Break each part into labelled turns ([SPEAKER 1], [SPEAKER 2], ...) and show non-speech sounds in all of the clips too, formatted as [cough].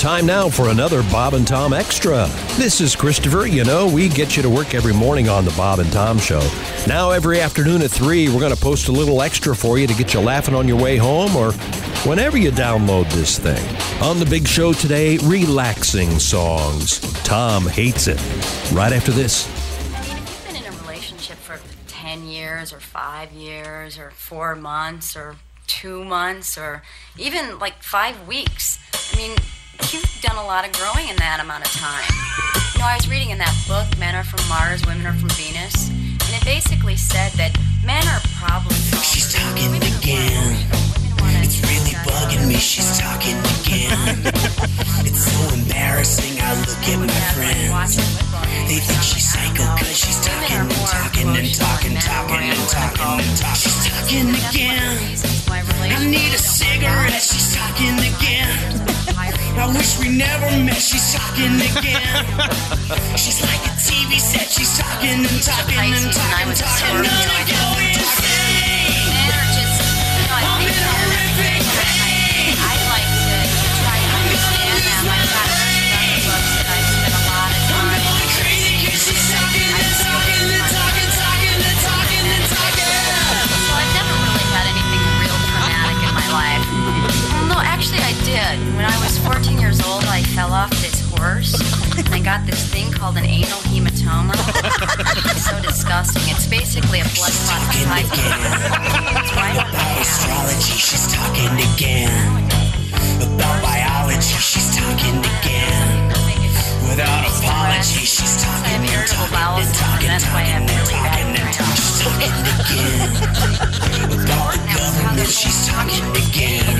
[SPEAKER 1] Time now for another Bob and Tom Extra. This is Christopher. You know, we get you to work every morning on the Bob and Tom Show. Now, every afternoon at 3, we're going to post a little extra for you to get you laughing on your way home or whenever you download this thing. On the big show today, relaxing songs. Tom hates it. Right after this.
[SPEAKER 2] I mean, if you've been in a relationship for 10 years or five years or four months or two months or even like five weeks, I mean, you've done a lot of growing in that amount of time. You know, I was reading in that book, Men Are From Mars, Women Are From Venus, and it basically said that men are problem solvers.
[SPEAKER 3] She's talking
[SPEAKER 2] Women are more
[SPEAKER 3] again.
[SPEAKER 2] emotional. Women wanna
[SPEAKER 3] It's really
[SPEAKER 2] discuss
[SPEAKER 3] bugging me. She's talking again. it's so embarrassing. I look at
[SPEAKER 2] women
[SPEAKER 3] my
[SPEAKER 2] have, like, watching
[SPEAKER 3] friends.
[SPEAKER 2] football games
[SPEAKER 3] They
[SPEAKER 2] or
[SPEAKER 3] think she's
[SPEAKER 2] something. I
[SPEAKER 3] psycho
[SPEAKER 2] don't know.
[SPEAKER 3] because she's
[SPEAKER 2] Women
[SPEAKER 3] talking
[SPEAKER 2] are
[SPEAKER 3] and
[SPEAKER 2] more
[SPEAKER 3] talking and
[SPEAKER 2] emotional
[SPEAKER 3] talking,
[SPEAKER 2] men are more
[SPEAKER 3] talking and
[SPEAKER 2] analytical.
[SPEAKER 3] talking and talking. She's talking
[SPEAKER 2] That's one of the
[SPEAKER 3] again.
[SPEAKER 2] reasons why
[SPEAKER 3] I
[SPEAKER 2] relationships don't work
[SPEAKER 3] need a
[SPEAKER 2] out.
[SPEAKER 3] cigarette. She's talking again.
[SPEAKER 2] Hiring
[SPEAKER 3] I wish we never met. She's talking again. she's like a TV set. She's talking and talking and
[SPEAKER 2] Pisces and I
[SPEAKER 3] talking and
[SPEAKER 2] was a
[SPEAKER 3] talking. I'm
[SPEAKER 2] Scorpio. I
[SPEAKER 3] gonna go
[SPEAKER 2] felt like
[SPEAKER 3] insane.
[SPEAKER 2] men are just, you know, I
[SPEAKER 3] I'm
[SPEAKER 2] think
[SPEAKER 3] in
[SPEAKER 2] that-
[SPEAKER 3] horrific pain.
[SPEAKER 2] I'd like to try to understand them. I've got study books that I spent a lot of
[SPEAKER 3] I'm
[SPEAKER 2] time.
[SPEAKER 3] going crazy 'cause she's talking and talking and talking, talking and talking and talking.
[SPEAKER 2] So I've never really had anything real traumatic in my life. Well, no, actually, I did. When I was 14 years old, I fell off this horse and I got this thing called an anal hematoma. [laughs] It's so disgusting. It's basically a blood clot the size of a It's right on my
[SPEAKER 3] About
[SPEAKER 2] ass.
[SPEAKER 3] astrology, she's talking again. About biology, she's talking again. Without apology, she's
[SPEAKER 2] I
[SPEAKER 3] talking
[SPEAKER 2] have
[SPEAKER 3] and
[SPEAKER 2] irritable
[SPEAKER 3] talking
[SPEAKER 2] bowel
[SPEAKER 3] and
[SPEAKER 2] syndrome.
[SPEAKER 3] talking and
[SPEAKER 2] That's why I
[SPEAKER 3] talking
[SPEAKER 2] have
[SPEAKER 3] and
[SPEAKER 2] really
[SPEAKER 3] talking
[SPEAKER 2] bad
[SPEAKER 3] and talking.
[SPEAKER 2] cramps.
[SPEAKER 3] She's talking again.
[SPEAKER 2] [laughs]
[SPEAKER 3] About the government, she's talking again.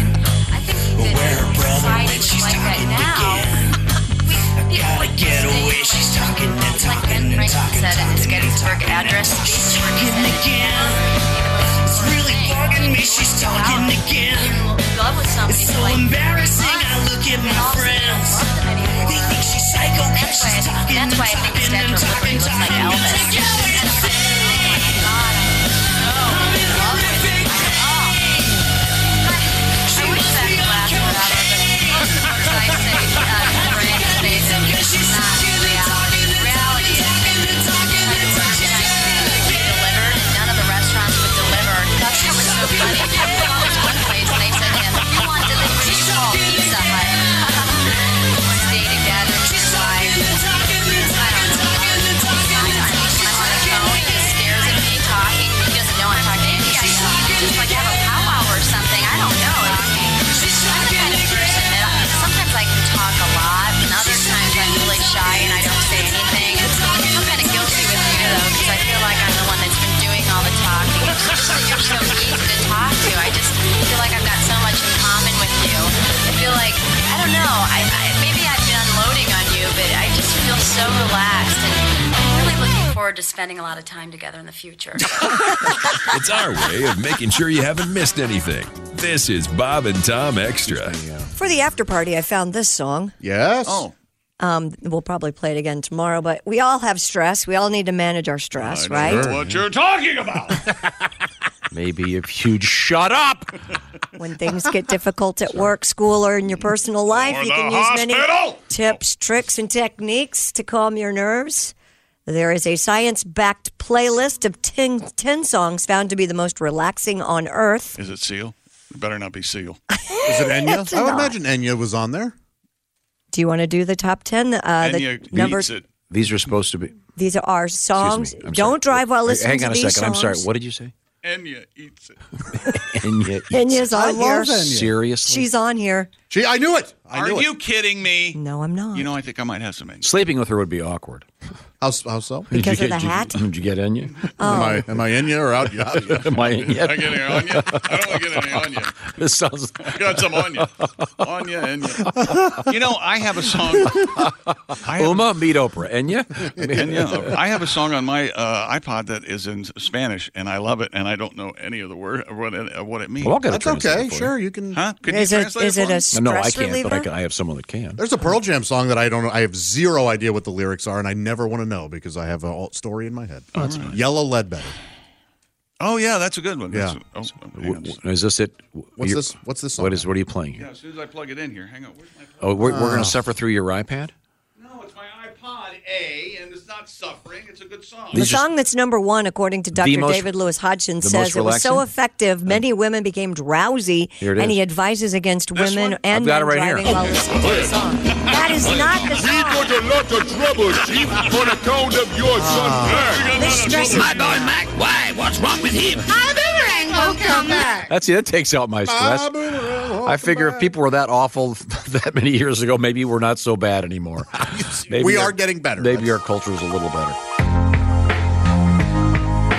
[SPEAKER 2] I think that
[SPEAKER 3] Where her brother
[SPEAKER 2] society
[SPEAKER 3] went,
[SPEAKER 2] was
[SPEAKER 3] she's
[SPEAKER 2] like that
[SPEAKER 3] talking
[SPEAKER 2] now.
[SPEAKER 3] again.
[SPEAKER 2] We, people
[SPEAKER 3] Gotta
[SPEAKER 2] would
[SPEAKER 3] get
[SPEAKER 2] stay
[SPEAKER 3] away,
[SPEAKER 2] like-
[SPEAKER 3] she's talking and
[SPEAKER 2] Like Ben
[SPEAKER 3] talking and
[SPEAKER 2] Franklin
[SPEAKER 3] talking.
[SPEAKER 2] said in his
[SPEAKER 3] talking and
[SPEAKER 2] Gettysburg
[SPEAKER 3] talking and
[SPEAKER 2] address,
[SPEAKER 3] talking.
[SPEAKER 2] these
[SPEAKER 3] She's
[SPEAKER 2] were his
[SPEAKER 3] talking again. It's really bugging me, she's talking again.
[SPEAKER 2] Love with somebody
[SPEAKER 3] It's so
[SPEAKER 2] like
[SPEAKER 3] embarrassing. I look at my
[SPEAKER 2] also they don't
[SPEAKER 3] friends.
[SPEAKER 2] love them anymore.
[SPEAKER 3] They think she's psycho 'cause
[SPEAKER 2] That's why
[SPEAKER 3] she's
[SPEAKER 2] I-
[SPEAKER 3] talking
[SPEAKER 2] that's
[SPEAKER 3] and
[SPEAKER 2] why I think
[SPEAKER 3] talking
[SPEAKER 2] Statue
[SPEAKER 3] and
[SPEAKER 2] of
[SPEAKER 3] talking
[SPEAKER 2] Liberty
[SPEAKER 3] and
[SPEAKER 2] looks like
[SPEAKER 3] talking. and
[SPEAKER 2] Elvis.
[SPEAKER 3] talking.
[SPEAKER 2] I wish that could last forever, but most of the words I say, uh, for any reason, is not reality. Reality is delivered, and none of the restaurants would deliver. That's what was so funny. I was one place, and they said to him, if you want delivery, you call Pizza Hut. One day to gather with your wife. I don't know. I was fine. I was on the phone. He stares at me talking. He doesn't know I'm talking to anybody else. Just like have a powwow or something. I don't know. It's- I'm the kind of person that I- sometimes I can talk a lot, and other times I'm really shy and I don't say anything. I'm kind of guilty with you though, because I feel like I'm the one that's been doing all the talking. So you're so easy to talk to. I just feel like I've got so much in common with you. I feel like I don't know. I, I maybe I've been unloading on you, but I just feel so relaxed, and I'm really looking forward to spending a lot of time together in the future.
[SPEAKER 4] It's our way of making sure you haven't missed anything. This is Bob and Tom Extra.
[SPEAKER 5] For the after party, I found this song.
[SPEAKER 6] Yes.
[SPEAKER 7] Oh,
[SPEAKER 5] Um, we'll probably play it again tomorrow, but we all have stress. We all need to manage our stress, right?
[SPEAKER 7] what you're talking about?
[SPEAKER 8] Maybe if you'd shut up.
[SPEAKER 5] When things
[SPEAKER 7] [laughs]
[SPEAKER 5] get difficult at work, school, or in your personal life,
[SPEAKER 7] Or
[SPEAKER 5] you
[SPEAKER 7] the
[SPEAKER 5] can use many
[SPEAKER 7] hospital.
[SPEAKER 5] tips, tricks, and techniques to calm your nerves. There is a science backed playlist of 10, 10 songs found to be the most relaxing on earth.
[SPEAKER 7] [laughs] Is it Seal? It better not be Seal.
[SPEAKER 6] Is it Enya? I would
[SPEAKER 5] not.
[SPEAKER 6] imagine Enya was on there.
[SPEAKER 5] Do you want to do the top 10? Uh,
[SPEAKER 7] and
[SPEAKER 5] the
[SPEAKER 7] you
[SPEAKER 5] number-
[SPEAKER 7] beats it.
[SPEAKER 8] These are supposed to be.
[SPEAKER 5] These are our songs.
[SPEAKER 8] Excuse me. I'm
[SPEAKER 5] Don't
[SPEAKER 8] sorry.
[SPEAKER 5] drive while
[SPEAKER 8] Hey,
[SPEAKER 5] listening
[SPEAKER 8] Hang on
[SPEAKER 5] to
[SPEAKER 8] a
[SPEAKER 5] these
[SPEAKER 8] second. I'm sorry.
[SPEAKER 5] songs.
[SPEAKER 8] What did you say? [laughs]
[SPEAKER 7] Enya eats it.
[SPEAKER 5] [laughs]
[SPEAKER 8] Enya.
[SPEAKER 5] Kenya's on
[SPEAKER 6] I love
[SPEAKER 5] here.
[SPEAKER 6] Enya.
[SPEAKER 8] Seriously?
[SPEAKER 5] She's on here.
[SPEAKER 6] She, I knew it. I
[SPEAKER 7] Are
[SPEAKER 6] knew
[SPEAKER 7] you
[SPEAKER 6] it.
[SPEAKER 7] kidding me?
[SPEAKER 5] No, I'm not.
[SPEAKER 7] You know, I think I might have some Enya.
[SPEAKER 8] Sleeping with her would be awkward.
[SPEAKER 6] How, s- how so?
[SPEAKER 5] Because
[SPEAKER 8] did you
[SPEAKER 5] of
[SPEAKER 8] get,
[SPEAKER 5] the hat?
[SPEAKER 8] Did you, did you get Enya? [laughs]
[SPEAKER 6] Am I
[SPEAKER 5] Oh.
[SPEAKER 6] am I Enya or out? out-
[SPEAKER 8] Am I
[SPEAKER 7] I
[SPEAKER 8] Enya?
[SPEAKER 7] get any Anya? I don't want to get any Anya.
[SPEAKER 8] This sounds.
[SPEAKER 7] I got some Anya. Anya, Enya. You know, I have a song. I have,
[SPEAKER 8] Uma, meet Oprah.
[SPEAKER 6] [laughs]
[SPEAKER 8] Enya? I mean,
[SPEAKER 7] Enya. I have a song on my uh, iPod that is in Spanish, and I love it, and I don't know any of the word or what it, uh, what it means.
[SPEAKER 8] Well, I'll get a
[SPEAKER 6] That's
[SPEAKER 8] translator
[SPEAKER 6] okay.
[SPEAKER 8] for you.
[SPEAKER 6] Sure, you can.
[SPEAKER 7] Huh? Could
[SPEAKER 5] is
[SPEAKER 7] you
[SPEAKER 5] it
[SPEAKER 7] translate
[SPEAKER 5] is
[SPEAKER 7] it
[SPEAKER 5] it a
[SPEAKER 7] for me?
[SPEAKER 8] No,
[SPEAKER 5] stress
[SPEAKER 8] no, I can't,
[SPEAKER 5] reliever?
[SPEAKER 8] but I, can, I have someone that can.
[SPEAKER 6] There's a Pearl Jam song that I don't. I have zero idea what the
[SPEAKER 5] Oh,
[SPEAKER 6] lyrics are, and I never want to know because I have a alt story in my head. Yellow Leadbetter.
[SPEAKER 7] Oh yeah, that's a good one. That's-
[SPEAKER 6] Yeah.
[SPEAKER 7] oh, hang
[SPEAKER 8] W-
[SPEAKER 7] on.
[SPEAKER 8] w- Is this it? W-
[SPEAKER 6] What's
[SPEAKER 8] you-
[SPEAKER 6] this- what's this song?
[SPEAKER 8] What is? What are you playing? Here?
[SPEAKER 7] yeah, as soon as I plug it in here, hang on. Where's my plug?
[SPEAKER 8] Oh, we're, we're
[SPEAKER 6] Uh.
[SPEAKER 8] going to suffer through your iPad.
[SPEAKER 7] No, it's my iPod A, and it's not suffering. It's a good song.
[SPEAKER 5] The
[SPEAKER 8] These just-
[SPEAKER 5] song that's number one, according to Dr.
[SPEAKER 8] most-
[SPEAKER 5] David Lewis Hodgson,
[SPEAKER 8] the
[SPEAKER 5] says
[SPEAKER 8] most
[SPEAKER 5] it was so
[SPEAKER 8] relaxing?
[SPEAKER 5] effective, many women became drowsy,
[SPEAKER 8] Here it
[SPEAKER 5] and
[SPEAKER 8] is.
[SPEAKER 5] he advises against women
[SPEAKER 7] one?
[SPEAKER 5] and
[SPEAKER 8] I've got
[SPEAKER 5] men
[SPEAKER 8] it right here.
[SPEAKER 5] driving while listening to the song. That is not the song.
[SPEAKER 9] a lot of trouble, chief, on account of your
[SPEAKER 3] Ah.
[SPEAKER 9] son.
[SPEAKER 5] This stresses
[SPEAKER 9] Mac, why? What's wrong with him?
[SPEAKER 8] That's it. That takes out my stress. I figure if people were that awful [laughs] that many years ago, maybe we're not so bad anymore. Maybe
[SPEAKER 6] We
[SPEAKER 8] our-
[SPEAKER 6] are getting better.
[SPEAKER 8] Maybe our culture is a little better.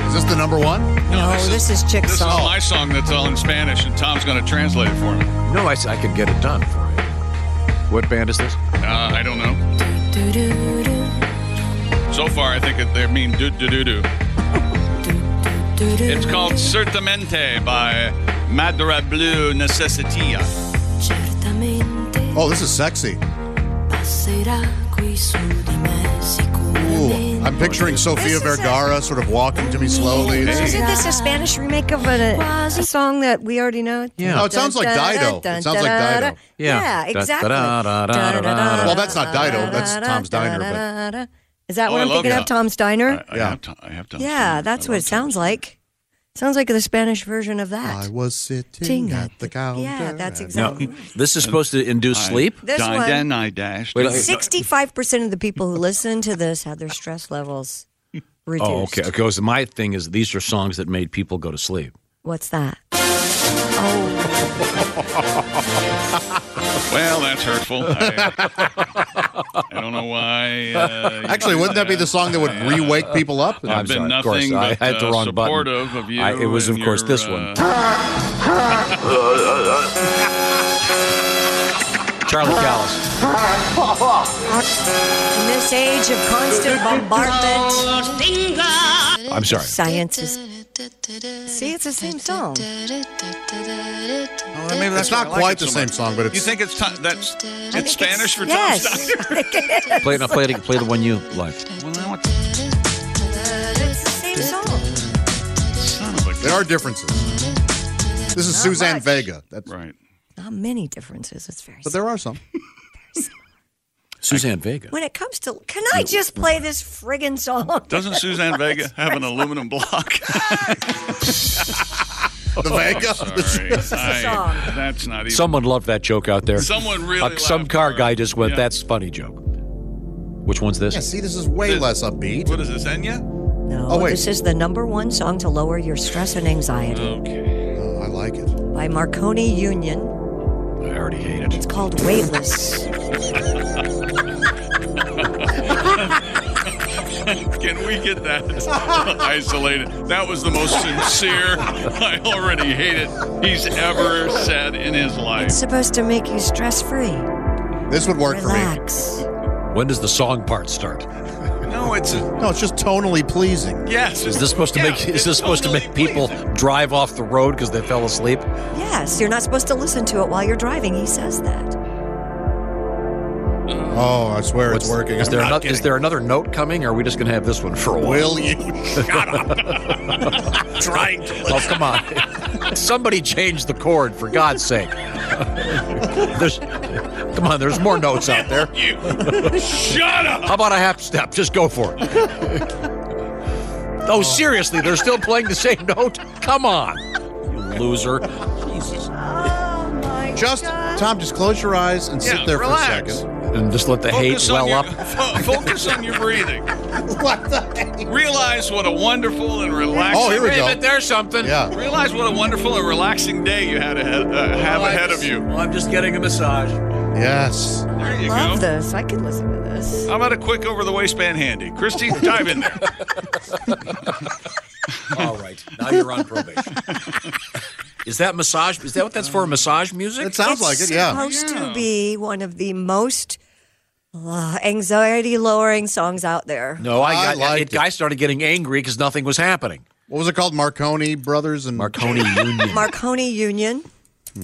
[SPEAKER 6] Is this the number one?
[SPEAKER 5] No, Oh, this is chick
[SPEAKER 7] This is
[SPEAKER 5] song.
[SPEAKER 7] my song that's all in Spanish, and Tom's going to translate it for me.
[SPEAKER 8] No, I, s- I could get it done for you. What band is this?
[SPEAKER 7] Uh, I don't know. So far, I think it, they mean do do do do. It's called Certamente by Madre Blue Necessitia.
[SPEAKER 6] Oh, this is sexy. Ooh, Uh, I'm picturing Sofia
[SPEAKER 5] This is it.
[SPEAKER 6] Vergara sort of walking to me slowly.
[SPEAKER 5] Isn't this a Spanish remake of a, a song that we already know?
[SPEAKER 8] Yeah. Oh,
[SPEAKER 6] it sounds like Dido. It sounds like Dido.
[SPEAKER 5] Yeah,
[SPEAKER 8] Yeah.
[SPEAKER 5] exactly.
[SPEAKER 8] Da-da-da-da-da-da-da-da.
[SPEAKER 6] Well, that's not Dido. That's Tom's Diner, but-
[SPEAKER 5] Diner. Is that
[SPEAKER 7] Oh,
[SPEAKER 5] what
[SPEAKER 7] I
[SPEAKER 5] I'm
[SPEAKER 7] love
[SPEAKER 5] thinking of?
[SPEAKER 7] that.
[SPEAKER 5] Tom's Diner?
[SPEAKER 7] I,
[SPEAKER 6] Yeah.
[SPEAKER 7] I have to, I have to
[SPEAKER 5] Yeah, that's what it sounds like. Sounds like the Spanish version of
[SPEAKER 6] I
[SPEAKER 5] that.
[SPEAKER 6] was sitting at the counter.
[SPEAKER 5] Yeah, that's
[SPEAKER 6] and-
[SPEAKER 8] Now,
[SPEAKER 5] exactly. right.
[SPEAKER 8] Um, this is supposed to induce sleep.
[SPEAKER 5] This
[SPEAKER 7] Dine,
[SPEAKER 5] one-
[SPEAKER 7] Then I dashed.
[SPEAKER 8] Wait,
[SPEAKER 7] and-
[SPEAKER 8] I-
[SPEAKER 5] [laughs] Sixty-five percent of the people who listen to this had their stress
[SPEAKER 6] [laughs]
[SPEAKER 5] levels reduced.
[SPEAKER 8] Oh, okay. Because my thing is, these are songs that made people go to sleep.
[SPEAKER 5] What's that? Oh,
[SPEAKER 7] well, that's hurtful. I, I don't know why. Uh, you
[SPEAKER 6] [laughs] Actually,
[SPEAKER 7] do
[SPEAKER 6] wouldn't that be the song that would re-wake people up?
[SPEAKER 7] I've been
[SPEAKER 8] sorry, of course,
[SPEAKER 7] nothing
[SPEAKER 8] I
[SPEAKER 7] but
[SPEAKER 8] had the
[SPEAKER 7] uh,
[SPEAKER 8] wrong button.
[SPEAKER 7] supportive of you.
[SPEAKER 8] I- it was,
[SPEAKER 7] and
[SPEAKER 8] of course,
[SPEAKER 7] your,
[SPEAKER 8] this
[SPEAKER 7] uh,
[SPEAKER 8] one. Charlie Callis.
[SPEAKER 5] in this age of constant bombardment,
[SPEAKER 8] I'm sorry.
[SPEAKER 5] science is. See, it's the same song.
[SPEAKER 7] well, maybe that's
[SPEAKER 6] It's
[SPEAKER 7] why I
[SPEAKER 6] not
[SPEAKER 7] like
[SPEAKER 6] quite
[SPEAKER 7] it
[SPEAKER 6] the
[SPEAKER 7] so
[SPEAKER 6] same
[SPEAKER 7] much.
[SPEAKER 6] song, but it's.
[SPEAKER 7] You think it's Tom, that's it's
[SPEAKER 5] I think it's-
[SPEAKER 7] Spanish for Tom Steiner?
[SPEAKER 5] yes. [laughs]
[SPEAKER 8] Play, no, play, it, play the one you like.
[SPEAKER 7] Well, I want
[SPEAKER 5] It's the same song.
[SPEAKER 7] son of a
[SPEAKER 6] there are differences. This is Suzanne
[SPEAKER 5] much.
[SPEAKER 6] Vega. That's,
[SPEAKER 7] Right.
[SPEAKER 5] Not many differences. It's very.
[SPEAKER 6] But
[SPEAKER 5] similar.
[SPEAKER 6] there are some.
[SPEAKER 8] Suzanne Vega.
[SPEAKER 5] When it comes to, can I just play this friggin' song?
[SPEAKER 7] Doesn't Suzanne Vega have an aluminum block? [laughs] Oh,
[SPEAKER 6] The Vega.
[SPEAKER 7] Sorry. I-
[SPEAKER 5] song.
[SPEAKER 7] that's not even.
[SPEAKER 8] Someone loved that joke out there.
[SPEAKER 7] Someone really.
[SPEAKER 8] Uh, some
[SPEAKER 7] laughed
[SPEAKER 8] car
[SPEAKER 7] hard.
[SPEAKER 8] guy just went,
[SPEAKER 7] Yeah. Oh,
[SPEAKER 8] that's funny joke. Which one's this?
[SPEAKER 6] Yeah, see, this is way less upbeat.
[SPEAKER 7] What is this, Enya?
[SPEAKER 5] No,
[SPEAKER 6] Oh, wait.
[SPEAKER 5] this is the number one song to lower your stress and anxiety
[SPEAKER 7] Okay.
[SPEAKER 6] Oh, I like it.
[SPEAKER 5] by Marconi Union.
[SPEAKER 8] I already hate it.
[SPEAKER 5] It's called Weightless.
[SPEAKER 7] Can we get that [laughs] isolated? That was the most sincere, I already hate it, he's ever said in his
[SPEAKER 5] It's
[SPEAKER 7] life.
[SPEAKER 5] supposed to make you stress free.
[SPEAKER 6] This would work for me.
[SPEAKER 5] Relax.
[SPEAKER 8] When does the song part start?
[SPEAKER 7] No, it's. A,
[SPEAKER 6] No, it's just tonally pleasing.
[SPEAKER 7] yes.
[SPEAKER 8] Is this supposed to
[SPEAKER 7] yeah,
[SPEAKER 8] make is
[SPEAKER 7] it's
[SPEAKER 8] this supposed to
[SPEAKER 7] totally
[SPEAKER 8] make people
[SPEAKER 7] pleasing.
[SPEAKER 8] drive off the road because they fell asleep?
[SPEAKER 5] Yes, you're not supposed to listen to it while you're driving. He says that.
[SPEAKER 6] Oh, I swear it's working.
[SPEAKER 8] Is
[SPEAKER 6] I'm
[SPEAKER 8] there
[SPEAKER 6] not
[SPEAKER 8] another, is there another note coming? Or are we just going to have this one for a while?
[SPEAKER 6] Will you shut up? Trying to
[SPEAKER 8] Oh come on! [laughs] Somebody change the chord for God's sake. [laughs] there's, come on, there's more notes out there.
[SPEAKER 7] [laughs] You. Shut up!
[SPEAKER 8] How about a half step? Just go for it. oh, seriously, they're still playing the same note? Come on, you loser. Jesus.
[SPEAKER 6] just Tom, just close your eyes and sit
[SPEAKER 7] Yeah,
[SPEAKER 6] there for a
[SPEAKER 7] relax.
[SPEAKER 6] second.
[SPEAKER 8] And just let the hate
[SPEAKER 7] Focus on
[SPEAKER 8] well
[SPEAKER 7] your,
[SPEAKER 8] up.
[SPEAKER 7] [laughs] fo- focus on your breathing. Realize what a wonderful and relaxing.
[SPEAKER 6] Oh, here we
[SPEAKER 8] Wait a
[SPEAKER 6] go.
[SPEAKER 8] minute, there's something.
[SPEAKER 6] Yeah.
[SPEAKER 7] Realize what a wonderful and relaxing day you had ahead, uh, have
[SPEAKER 8] Well, Oh, I
[SPEAKER 7] ahead
[SPEAKER 8] just-
[SPEAKER 7] of you.
[SPEAKER 8] Well, I'm just getting a massage.
[SPEAKER 6] Yes.
[SPEAKER 7] There you
[SPEAKER 5] Love
[SPEAKER 7] go.
[SPEAKER 5] this. I could listen to this.
[SPEAKER 7] How about a quick over the waistband handy? Christy, dive in there.
[SPEAKER 8] All right, now you're on [laughs] probation. Is that massage? Is that what that's for? Massage music?
[SPEAKER 6] It sounds
[SPEAKER 5] it's
[SPEAKER 6] like it, yeah.
[SPEAKER 5] supposed to
[SPEAKER 7] Yeah.
[SPEAKER 5] be one of the most anxiety lowering songs out there.
[SPEAKER 8] no, I
[SPEAKER 6] I
[SPEAKER 8] got.
[SPEAKER 6] liked
[SPEAKER 8] it,
[SPEAKER 6] it.
[SPEAKER 8] I started getting angry because nothing was happening.
[SPEAKER 6] What was it called? Marconi Brothers and
[SPEAKER 8] Marconi Union.
[SPEAKER 5] Marconi Union.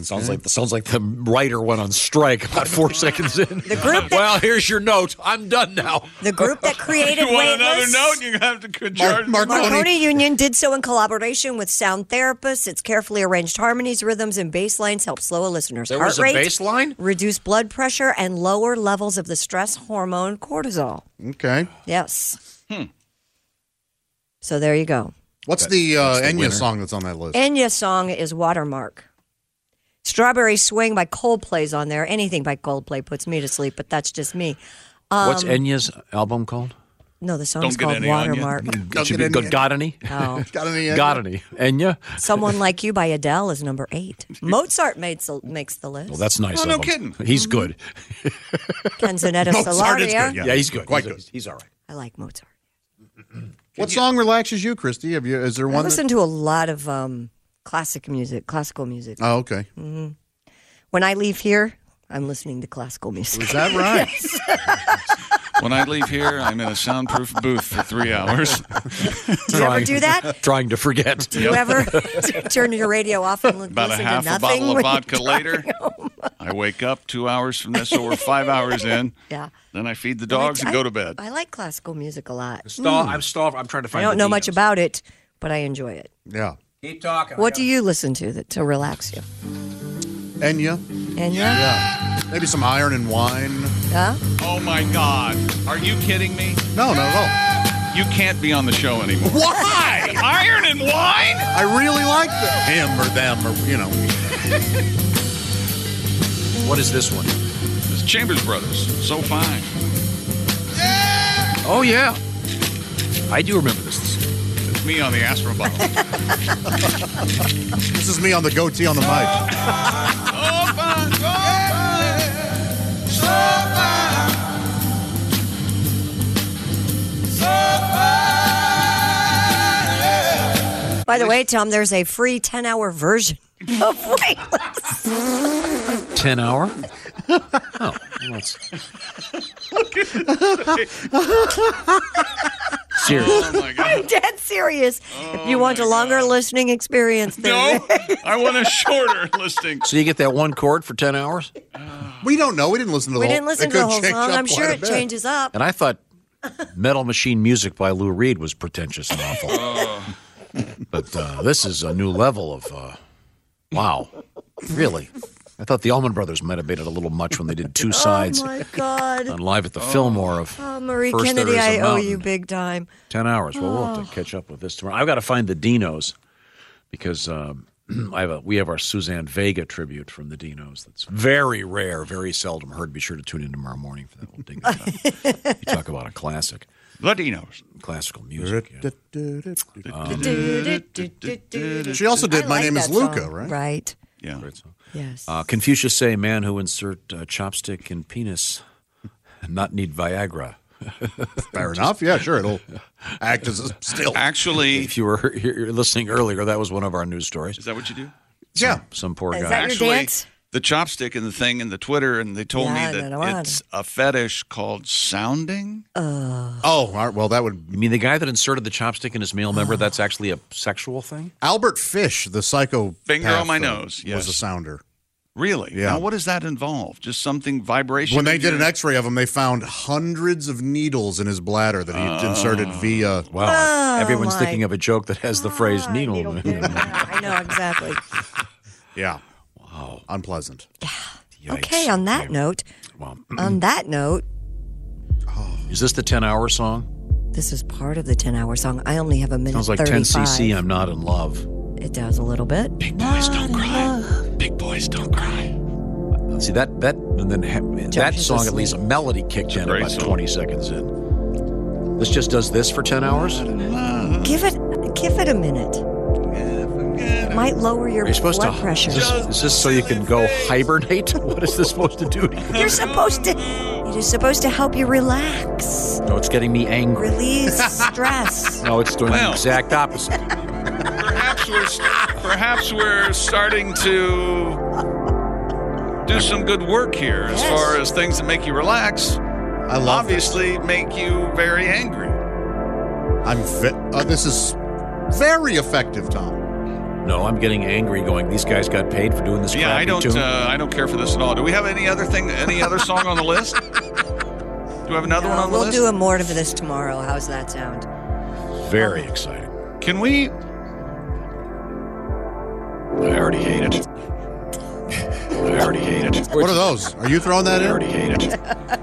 [SPEAKER 8] Sounds like sounds like the writer went on strike about four [laughs] seconds in. The
[SPEAKER 5] group that-
[SPEAKER 8] well, here's your note. I'm done now.
[SPEAKER 5] The group
[SPEAKER 6] [laughs]
[SPEAKER 5] that created
[SPEAKER 7] You want another
[SPEAKER 5] Weightless,
[SPEAKER 7] note? You're going to have to charge
[SPEAKER 5] Marconi Union did so in collaboration with sound therapists. Its carefully arranged harmonies, rhythms, and bass lines help slow a listener's
[SPEAKER 8] There
[SPEAKER 5] heart
[SPEAKER 8] was a
[SPEAKER 5] rate,
[SPEAKER 8] bass line?
[SPEAKER 5] reduce blood pressure, and lower levels of the stress hormone cortisol.
[SPEAKER 10] Okay.
[SPEAKER 5] Yes.
[SPEAKER 8] Hmm.
[SPEAKER 5] So there you go.
[SPEAKER 10] What's the uh, Enya song that's on that list?
[SPEAKER 5] Enya's song is Watermark. Strawberry Swing by Coldplay's on there. Anything by Coldplay puts me to sleep, but that's just me.
[SPEAKER 8] What's Enya's album called?
[SPEAKER 5] No, the song's
[SPEAKER 7] Don't
[SPEAKER 5] called
[SPEAKER 7] get any on you.
[SPEAKER 8] [laughs]
[SPEAKER 5] Watermark.
[SPEAKER 8] It
[SPEAKER 10] get
[SPEAKER 8] should be
[SPEAKER 10] any
[SPEAKER 8] good.
[SPEAKER 10] Enya.
[SPEAKER 8] Got any?
[SPEAKER 5] Oh.
[SPEAKER 10] Got any? Enya?
[SPEAKER 8] Got any? Enya?
[SPEAKER 5] Someone Like You by Adele is number
[SPEAKER 8] [laughs]
[SPEAKER 5] eight. Mozart makes the, makes the list.
[SPEAKER 8] Well, that's nice. Mm-hmm.
[SPEAKER 7] Oh, no
[SPEAKER 8] of him.
[SPEAKER 7] kidding.
[SPEAKER 8] He's good.
[SPEAKER 7] [laughs]
[SPEAKER 5] Canzonetta Solaria.
[SPEAKER 8] Yeah, he's good.
[SPEAKER 10] Quite
[SPEAKER 8] he's,
[SPEAKER 10] good.
[SPEAKER 8] He's all right.
[SPEAKER 5] I like Mozart.
[SPEAKER 10] What song relaxes you, Christy? Have you? Is there
[SPEAKER 5] I
[SPEAKER 10] one?
[SPEAKER 5] listen to a lot of um, classic music, classical music.
[SPEAKER 7] Uh,
[SPEAKER 10] that- oh, okay.
[SPEAKER 5] When I leave here, I'm listening to classical music.
[SPEAKER 10] Is
[SPEAKER 5] [laughs]
[SPEAKER 10] that right?
[SPEAKER 7] When I leave here, I'm in a soundproof booth for three
[SPEAKER 5] [laughs]
[SPEAKER 7] hours.
[SPEAKER 5] Do you ever do
[SPEAKER 7] [laughs]
[SPEAKER 5] that?
[SPEAKER 8] Trying to forget. [laughs]
[SPEAKER 5] Do you ever turn your radio off and li-
[SPEAKER 7] About a
[SPEAKER 5] listen
[SPEAKER 7] half
[SPEAKER 5] to
[SPEAKER 7] a
[SPEAKER 5] nothing?
[SPEAKER 7] bottle
[SPEAKER 5] when
[SPEAKER 7] of
[SPEAKER 5] you [laughs]
[SPEAKER 7] vodka
[SPEAKER 5] drive?
[SPEAKER 7] later, I wake up two hours from this, so we're five hours in.
[SPEAKER 5] Yeah.
[SPEAKER 7] Then I feed the dogs and
[SPEAKER 5] I-
[SPEAKER 7] go to bed.
[SPEAKER 5] I like classical music a lot.
[SPEAKER 8] Stall, I'm stall. I'm trying to
[SPEAKER 5] I
[SPEAKER 8] find.
[SPEAKER 5] don't
[SPEAKER 8] the
[SPEAKER 5] know much
[SPEAKER 8] DMs.
[SPEAKER 5] about it, but I enjoy it.
[SPEAKER 10] yeah.
[SPEAKER 8] Keep talking.
[SPEAKER 5] What do you listen to that, to relax you?
[SPEAKER 10] Enya.
[SPEAKER 5] And yeah,
[SPEAKER 10] Yeah. Maybe some iron and wine.
[SPEAKER 5] Huh?
[SPEAKER 7] Oh my God. Are you kidding me?
[SPEAKER 10] No, not at
[SPEAKER 7] You can't be on the show anymore.
[SPEAKER 10] all. Why?
[SPEAKER 7] Iron and wine?
[SPEAKER 10] I really like the, him or them or you know.
[SPEAKER 8] What is this one?
[SPEAKER 7] It's Chambers Brothers. So fine.
[SPEAKER 8] Oh yeah, I do remember this.
[SPEAKER 7] It's me on the Astro Bottle.
[SPEAKER 10] This is me on the goatee on the mic.
[SPEAKER 7] so fine. So fine. So fine.
[SPEAKER 5] By the way, Tom, there's a free 10 hour version [laughs] of Weightless.
[SPEAKER 8] Ten [laughs] hour. Oh, well, that's [laughs] serious.
[SPEAKER 7] Oh my
[SPEAKER 10] [laughs]
[SPEAKER 5] [laughs]
[SPEAKER 7] God.
[SPEAKER 5] Dead serious. if you want a longer listening experience, then
[SPEAKER 7] No, I want a shorter [laughs] listing.
[SPEAKER 8] So you get that one chord for ten hours,
[SPEAKER 10] We don't know. We didn't listen to the
[SPEAKER 5] we
[SPEAKER 10] whole.
[SPEAKER 5] didn't listen
[SPEAKER 10] it
[SPEAKER 5] to the
[SPEAKER 10] could
[SPEAKER 5] whole
[SPEAKER 10] change
[SPEAKER 5] song.
[SPEAKER 10] up
[SPEAKER 5] I'm sure
[SPEAKER 10] quite a
[SPEAKER 5] it
[SPEAKER 10] bit.
[SPEAKER 5] changes up.
[SPEAKER 8] and I thought Metal Machine Music by Lou Reed was pretentious and awful, but uh, this is a new level of uh, wow, really. I thought the Allman Brothers might have made it a little much when they did two sides
[SPEAKER 5] Oh my God.
[SPEAKER 10] um,
[SPEAKER 8] on Live at the Fillmore of
[SPEAKER 5] Oh, Marie
[SPEAKER 8] First There
[SPEAKER 5] Kennedy,
[SPEAKER 8] Is a
[SPEAKER 5] I owe
[SPEAKER 8] Mountain.
[SPEAKER 5] you big time.
[SPEAKER 8] 10 hours. Well, we'll
[SPEAKER 5] Oh.
[SPEAKER 8] have to catch up with this tomorrow. I've got to find the Dinos because um, [clears throat] I have a, we have our Suzanne Vega tribute from the Dinos that's very rare, very seldom heard. Be sure to tune in tomorrow morning for that. We'll dig that up. you talk about a classic,
[SPEAKER 7] Latinos.
[SPEAKER 8] classical music. yeah.
[SPEAKER 10] Um, She also did.
[SPEAKER 5] I
[SPEAKER 10] My
[SPEAKER 5] like
[SPEAKER 10] name is
[SPEAKER 5] that
[SPEAKER 10] Luca,
[SPEAKER 5] song.
[SPEAKER 10] right?
[SPEAKER 5] Right.
[SPEAKER 7] Yeah.
[SPEAKER 5] Yes.
[SPEAKER 8] Uh, Confucius say, man who insert uh, chopstick in penis and not need Viagra.
[SPEAKER 10] Fair enough. Yeah, sure. It'll act as a still.
[SPEAKER 7] Actually,
[SPEAKER 8] If you were you're listening earlier, that was one of our news stories.
[SPEAKER 7] is that what you do?
[SPEAKER 10] Yeah.
[SPEAKER 8] Some poor
[SPEAKER 5] Is
[SPEAKER 8] guy.
[SPEAKER 5] that your
[SPEAKER 7] Actually,
[SPEAKER 5] dance?
[SPEAKER 7] the chopstick and the thing and the Twitter, and they told
[SPEAKER 5] Yeah,
[SPEAKER 7] me
[SPEAKER 5] no, no, I
[SPEAKER 7] that it's a fetish called sounding.
[SPEAKER 10] Oh, all right. Well, that would.
[SPEAKER 8] You mean the guy that inserted the chopstick in his male
[SPEAKER 5] [sighs]
[SPEAKER 8] member? That's actually a sexual thing.
[SPEAKER 10] Albert Fish, the psycho.
[SPEAKER 7] Finger on my nose, yes.
[SPEAKER 10] Was a sounder.
[SPEAKER 7] Really?
[SPEAKER 10] Yeah.
[SPEAKER 7] Now, what does that involve? Just something vibration?
[SPEAKER 10] When they
[SPEAKER 7] in
[SPEAKER 10] did an
[SPEAKER 7] your-
[SPEAKER 10] X-ray of him, they found hundreds of needles in his bladder that he inserted via.
[SPEAKER 8] Wow! Everyone's
[SPEAKER 5] Oh my
[SPEAKER 8] thinking of a joke that has the phrase needle.
[SPEAKER 5] Needle
[SPEAKER 8] in it.
[SPEAKER 5] pin. Yeah, I know exactly.
[SPEAKER 10] Yeah. Wow. Unpleasant.
[SPEAKER 8] Yikes.
[SPEAKER 5] [laughs] Okay, on that note,
[SPEAKER 8] Well,
[SPEAKER 5] on that note,
[SPEAKER 8] is this the 10 hour song?
[SPEAKER 5] this is part of the 10 hour song. I only have a minute.
[SPEAKER 8] Sounds like 10 cc. I'm not in love.
[SPEAKER 5] It does a little bit.
[SPEAKER 7] Big boys don't cry. Big boys don't cry.
[SPEAKER 8] See that that and then ha- that
[SPEAKER 5] you
[SPEAKER 8] song
[SPEAKER 5] to
[SPEAKER 8] at least a melody kicked in
[SPEAKER 7] great
[SPEAKER 8] about
[SPEAKER 7] song.
[SPEAKER 8] 20 seconds in. This just does this for 10 hours. Are
[SPEAKER 5] Give it, give it a minute. It might lower your
[SPEAKER 8] you supposed
[SPEAKER 5] blood
[SPEAKER 8] to?
[SPEAKER 5] pressure.
[SPEAKER 8] Is this, is this so you can go hibernate? [laughs] What is this supposed to do? to you?
[SPEAKER 5] You're supposed to. It is supposed to help you relax,
[SPEAKER 8] No, it's getting me
[SPEAKER 7] [laughs]
[SPEAKER 8] angry.
[SPEAKER 5] release stress.
[SPEAKER 8] No, it's doing the
[SPEAKER 7] Well.
[SPEAKER 8] exact opposite.
[SPEAKER 7] Perhaps we're perhaps we're starting to do some good work here as
[SPEAKER 5] Yes.
[SPEAKER 7] far as things that make you relax.
[SPEAKER 10] I love this.
[SPEAKER 7] Obviously, make you very angry.
[SPEAKER 10] I'm fit. Uh, this is very effective, Tom.
[SPEAKER 8] No, I'm getting angry. Going, these guys got paid for doing this.
[SPEAKER 7] Yeah, I
[SPEAKER 8] crappy
[SPEAKER 7] don't.
[SPEAKER 8] tune."
[SPEAKER 7] Uh, I don't care for this at all. Do we have any other thing? Any other song on the list? Do we have another one on the
[SPEAKER 5] Uh, we'll
[SPEAKER 7] list?
[SPEAKER 5] do a more of this tomorrow. How's that sound?
[SPEAKER 8] Very exciting.
[SPEAKER 7] Can we?
[SPEAKER 8] I already hate it. I already hate it.
[SPEAKER 10] What are those? Are you throwing that
[SPEAKER 8] I
[SPEAKER 10] in?
[SPEAKER 8] already hate it.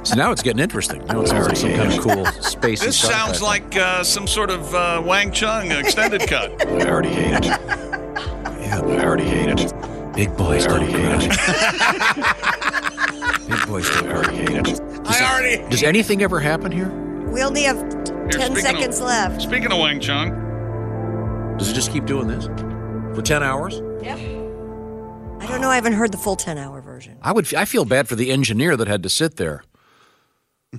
[SPEAKER 8] So now it's getting interesting. Now it sounds like some kind of cool space.
[SPEAKER 7] This
[SPEAKER 8] and
[SPEAKER 7] sounds
[SPEAKER 8] sci-fi
[SPEAKER 7] like uh, some sort of uh, Wang Chung extended cut.
[SPEAKER 8] thing. I already hate it. Yeah, I already hate it. Big boys don't hate it. [laughs] Big boys don't already hate it.
[SPEAKER 7] I already.
[SPEAKER 8] Does anything ever happen here?
[SPEAKER 5] We only have ten
[SPEAKER 7] speaking
[SPEAKER 5] seconds
[SPEAKER 7] of-
[SPEAKER 5] left.
[SPEAKER 7] Speaking of Wang Chung,
[SPEAKER 8] Does it just keep doing this for ten hours?
[SPEAKER 5] I don't know. I haven't heard the full ten-hour version.
[SPEAKER 8] I would. I feel bad for the engineer that had to sit there.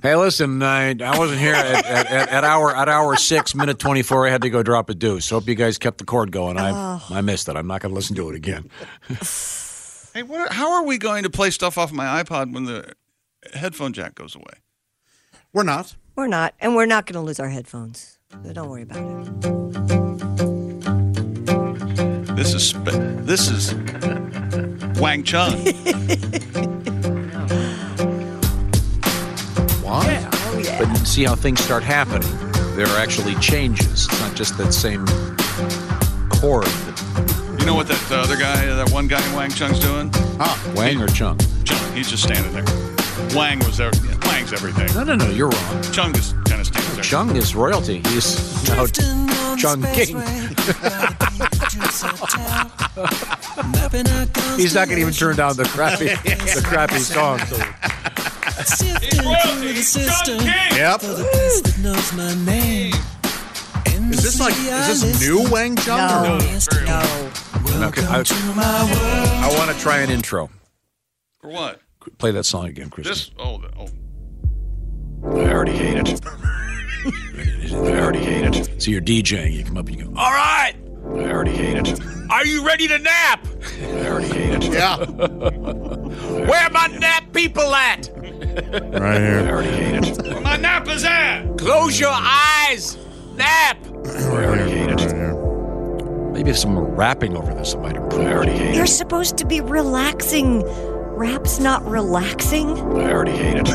[SPEAKER 8] Hey, listen, I, I wasn't here at, at, at, at hour at hour six, minute twenty four. I had to go drop a deuce. Hope you guys kept the cord going. I I missed it. I'm not going to listen to it again.
[SPEAKER 7] hey, what are, how are we going to play stuff off my iPod when the headphone jack goes away?
[SPEAKER 10] We're not.
[SPEAKER 5] We're not, and we're not going to lose our headphones. So don't worry about it.
[SPEAKER 7] This is spe- this is Wang Chung.
[SPEAKER 8] Why? But you see how things start happening. There are actually changes. It's not just that same chord. that
[SPEAKER 7] You know what that other guy, that one guy in Wang Chung's doing?
[SPEAKER 8] Wang or Chung?
[SPEAKER 7] Chung, he's just standing there. Wang was there. Wang's everything.
[SPEAKER 8] No, no, no. You're wrong.
[SPEAKER 7] Chung just kind of stands there.
[SPEAKER 8] Chung is royalty. He's
[SPEAKER 3] Oh,
[SPEAKER 8] now Chung King. He's not going to even turn down the crappy the crappy song.
[SPEAKER 10] Yep. Is this like is this new Wang Chung?
[SPEAKER 5] No.
[SPEAKER 10] or-
[SPEAKER 5] No.
[SPEAKER 8] Okay, I, I want to try an intro.
[SPEAKER 7] For what?
[SPEAKER 8] Play that song again, Chris.
[SPEAKER 7] This? Oh, the- oh.
[SPEAKER 8] I already hate it. I already hate it. So you're DJing, you come up and you go, All right! I already hate it. Are you ready to nap? I already hate it.
[SPEAKER 10] Yeah.
[SPEAKER 8] Where my nap people at?
[SPEAKER 10] Right here.
[SPEAKER 8] already hate it.
[SPEAKER 7] Where my nappa's at?
[SPEAKER 8] Close your eyes! Nap! I already hate it. Maybe if someone were rapping over this, it might improve. I already hate
[SPEAKER 5] You're supposed to be relaxing. Rap's not relaxing.
[SPEAKER 8] I already hate it.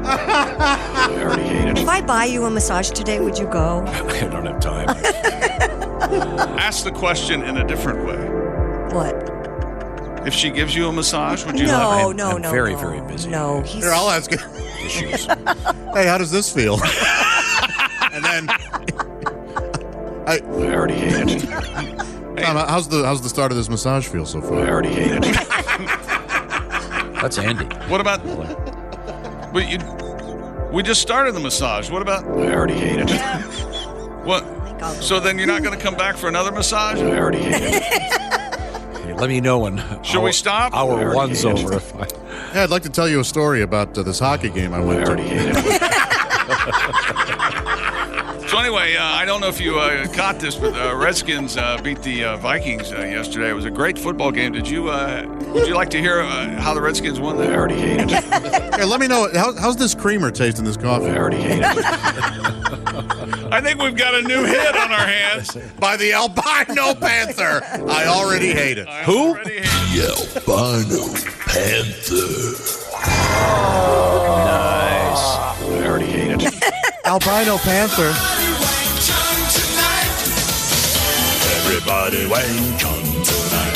[SPEAKER 8] I already hate
[SPEAKER 5] If
[SPEAKER 8] it.
[SPEAKER 5] I buy you a massage today, would you go?
[SPEAKER 8] I don't have time.
[SPEAKER 7] Ask the question in a different way.
[SPEAKER 5] What?
[SPEAKER 7] If she gives you a massage, would you like
[SPEAKER 5] No,
[SPEAKER 8] I'm-
[SPEAKER 5] no,
[SPEAKER 8] I'm
[SPEAKER 5] no.
[SPEAKER 8] very,
[SPEAKER 5] no.
[SPEAKER 8] very busy.
[SPEAKER 5] No, he's.
[SPEAKER 10] Here, I'll ask it.
[SPEAKER 8] Issues.
[SPEAKER 10] [laughs] Hey, how does this
[SPEAKER 8] [laughs]
[SPEAKER 10] feel? and then,
[SPEAKER 8] I
[SPEAKER 10] [laughs]
[SPEAKER 8] already hate it.
[SPEAKER 10] Tom, how's the how's the start of this massage feel so
[SPEAKER 8] I
[SPEAKER 10] far?
[SPEAKER 8] already hate it. That's Andy.
[SPEAKER 7] What about? But you, we just started the massage. What about?
[SPEAKER 8] I already hate it. I
[SPEAKER 7] What? So then you're not going to come back for another massage?
[SPEAKER 8] already hate it. Hey, let me know when.
[SPEAKER 7] Should
[SPEAKER 8] hour-
[SPEAKER 7] we stop?
[SPEAKER 8] Hour
[SPEAKER 7] I already
[SPEAKER 8] one's
[SPEAKER 7] hate it.
[SPEAKER 8] over. If I,
[SPEAKER 10] Yeah, I'd like to tell you a story about uh, this hockey game I
[SPEAKER 8] I
[SPEAKER 10] went to.
[SPEAKER 8] already hate it.
[SPEAKER 7] So anyway, uh, I don't know if you uh, caught this, but uh, Redskins uh, beat the uh, Vikings uh, yesterday. It was a great football game. Did you? Uh, would you like to hear uh, how the Redskins won
[SPEAKER 8] I
[SPEAKER 7] that?
[SPEAKER 8] already hate it.
[SPEAKER 10] Here, let me know how, how's this creamer taste in this
[SPEAKER 8] I
[SPEAKER 10] coffee?
[SPEAKER 8] already hate it.
[SPEAKER 7] I think we've got a new hit on
[SPEAKER 8] [laughs]
[SPEAKER 7] our hands.
[SPEAKER 10] [laughs] By the albino panther. I already hate it.
[SPEAKER 7] Who?
[SPEAKER 8] I already hate it.
[SPEAKER 10] Albino panther.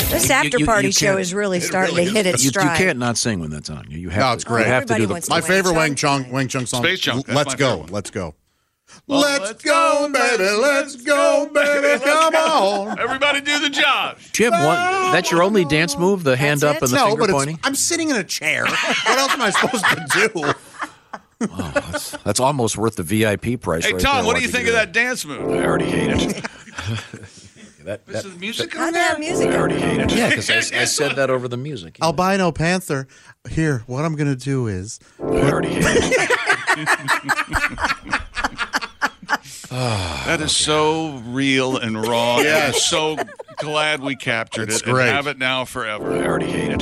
[SPEAKER 5] This
[SPEAKER 8] you-
[SPEAKER 5] after
[SPEAKER 8] you
[SPEAKER 5] party show
[SPEAKER 8] can't-
[SPEAKER 5] is really starting to hit its
[SPEAKER 8] You, you
[SPEAKER 5] stride.
[SPEAKER 8] can't not sing when that's on. You, you have
[SPEAKER 10] No,
[SPEAKER 8] to,
[SPEAKER 10] it's great.
[SPEAKER 8] You have to do
[SPEAKER 5] Everybody
[SPEAKER 8] the.
[SPEAKER 5] wants
[SPEAKER 10] My
[SPEAKER 5] Wang
[SPEAKER 10] favorite
[SPEAKER 5] Chung.
[SPEAKER 10] Wang Chung Wang Chung song.
[SPEAKER 7] Space Junk, that's
[SPEAKER 10] Let's
[SPEAKER 7] my
[SPEAKER 10] go.
[SPEAKER 7] favorite one.
[SPEAKER 10] Let's go.
[SPEAKER 7] Well,
[SPEAKER 10] let's go, baby. Let's go, baby.
[SPEAKER 7] Let's
[SPEAKER 10] Come
[SPEAKER 7] go.
[SPEAKER 10] on.
[SPEAKER 7] Everybody do the job.
[SPEAKER 8] Do you have one? That's your only dance move? The hand
[SPEAKER 5] That's it?
[SPEAKER 8] up and the
[SPEAKER 10] No,
[SPEAKER 8] finger
[SPEAKER 10] but it's,
[SPEAKER 8] pointing?
[SPEAKER 10] I'm sitting in a chair. [laughs] What else am I supposed to do?
[SPEAKER 8] That's almost worth the VIP price.
[SPEAKER 7] Hey
[SPEAKER 8] right
[SPEAKER 7] Tom,
[SPEAKER 8] there,
[SPEAKER 7] what do you
[SPEAKER 8] watching
[SPEAKER 7] think of that dance move?
[SPEAKER 8] I already hate it. that,
[SPEAKER 7] This
[SPEAKER 8] that,
[SPEAKER 7] is music
[SPEAKER 5] How
[SPEAKER 7] on
[SPEAKER 5] did that
[SPEAKER 7] there.
[SPEAKER 5] music
[SPEAKER 8] I
[SPEAKER 5] go?
[SPEAKER 8] already hate it. [laughs] Yeah, because I, I said that over the music. yeah.
[SPEAKER 10] Albino panther. Here, what I'm gonna do is
[SPEAKER 8] I already hate it.
[SPEAKER 7] [laughs] That is so real and raw. Yeah, so glad we captured
[SPEAKER 10] It's
[SPEAKER 7] it.
[SPEAKER 10] great.
[SPEAKER 7] And have it now forever.
[SPEAKER 8] I already hate it.